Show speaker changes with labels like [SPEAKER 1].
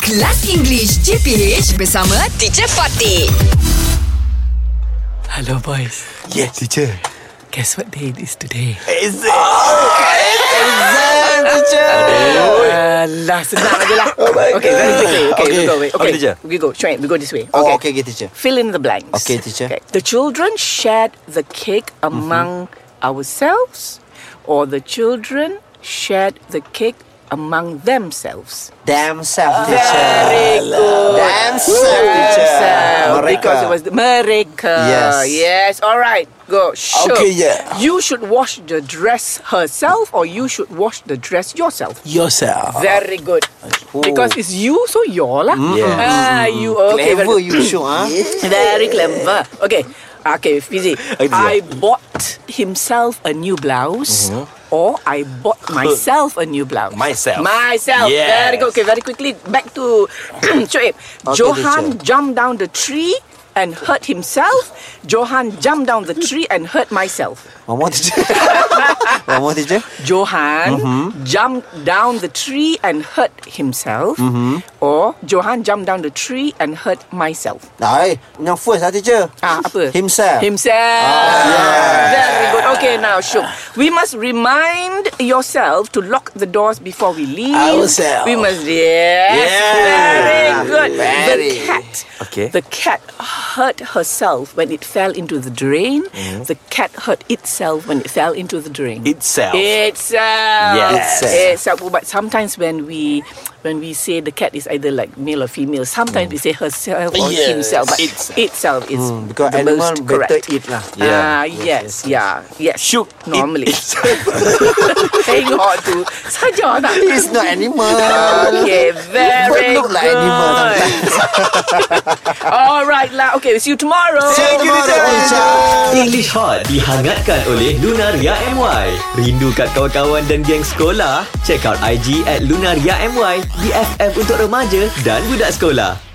[SPEAKER 1] Kelas English JPH bersama Teacher Fatih.
[SPEAKER 2] Hello, boys.
[SPEAKER 3] Yes, teacher.
[SPEAKER 2] Guess what day it is today?
[SPEAKER 3] Is it?
[SPEAKER 2] Oh,
[SPEAKER 3] exam, teacher.
[SPEAKER 2] Uh, last senang je lah. Oh, Okay, very quickly. Okay,
[SPEAKER 3] Okay.
[SPEAKER 2] we go. Wait.
[SPEAKER 3] Okay,
[SPEAKER 2] Okay,
[SPEAKER 3] teacher.
[SPEAKER 2] we go. Shway, we go this way.
[SPEAKER 3] Oh, okay, okay, teacher.
[SPEAKER 2] Fill in the blanks.
[SPEAKER 3] Okay, teacher. Mm-hmm.
[SPEAKER 2] The children shared the cake among ourselves, or the children shared the cake among themselves.
[SPEAKER 3] Damn self, teacher. Damn self, teacher.
[SPEAKER 2] Themselves,
[SPEAKER 3] Mereka.
[SPEAKER 2] Because it was the, mereka.
[SPEAKER 3] Yes.
[SPEAKER 2] Yes. All right. Go. Sure.
[SPEAKER 3] Okay, yeah.
[SPEAKER 2] You should wash the dress herself, or you should wash the dress yourself.
[SPEAKER 4] Yourself.
[SPEAKER 2] Very good.
[SPEAKER 3] Oh.
[SPEAKER 2] Because it's you, so you're lah.
[SPEAKER 3] Yeah.
[SPEAKER 2] Ah, you okay? very
[SPEAKER 3] Clever
[SPEAKER 2] good.
[SPEAKER 3] you sure, huh?
[SPEAKER 2] Very clever. Okay. Okay, Fizi.
[SPEAKER 3] Okay, Fizi.
[SPEAKER 2] I bought himself a new blouse. Or I bought myself a new blouse.
[SPEAKER 3] Mm-hmm. Myself.
[SPEAKER 2] Myself.
[SPEAKER 3] Yes.
[SPEAKER 2] Very good. Okay, very quickly. Back to Shoaib. Johan
[SPEAKER 3] teacher.
[SPEAKER 2] jumped down the tree and hurt himself. Johan jumped down the tree and hurt myself.
[SPEAKER 3] One more, teacher. One more, teacher.
[SPEAKER 2] Johan
[SPEAKER 3] Mm-hmm.
[SPEAKER 2] jumped down the tree and hurt himself.
[SPEAKER 3] Mm-hmm.
[SPEAKER 2] Or Johan jumped down the tree and hurt myself.
[SPEAKER 3] Hai, yang eh. first lah, teacher.
[SPEAKER 2] Ah, apa?
[SPEAKER 3] Himself. Ah,
[SPEAKER 2] Himself. Very good. Okay, now, Shuk. We must remind yourself to lock the doors before we leave.
[SPEAKER 4] Ourselves.
[SPEAKER 2] We must, yes. Very good.
[SPEAKER 3] Very.
[SPEAKER 2] The cat.
[SPEAKER 3] Okay.
[SPEAKER 2] The cat hurt herself when it fell into the drain.
[SPEAKER 3] Mm.
[SPEAKER 2] The cat hurt itself when it fell into the drain.
[SPEAKER 5] itself.
[SPEAKER 2] Itself.
[SPEAKER 5] Yes.
[SPEAKER 2] Itself. But sometimes when we when we say the cat is either like male or female, sometimes we say herself or
[SPEAKER 4] Yes.
[SPEAKER 2] himself. But itself,
[SPEAKER 5] Itself.
[SPEAKER 2] is
[SPEAKER 3] Mm, Because
[SPEAKER 2] the
[SPEAKER 3] animal
[SPEAKER 2] most
[SPEAKER 3] better
[SPEAKER 2] correct.
[SPEAKER 3] eat lah.
[SPEAKER 2] Ah, yes, yeah, yes.
[SPEAKER 5] Shook it
[SPEAKER 2] normally. Tengok tu. Saja tak?
[SPEAKER 3] It's not animal.
[SPEAKER 2] Okay, very
[SPEAKER 3] But look
[SPEAKER 2] good.
[SPEAKER 3] like animal
[SPEAKER 2] All right lah. Okay, see you tomorrow.
[SPEAKER 3] Thank you, teacher.
[SPEAKER 5] English Hot dihangatkan oleh Lunaria MY. Rindu kat kawan-kawan dan geng sekolah? Check out IG at Lunaria MY, BFF untuk remaja dan budak sekolah.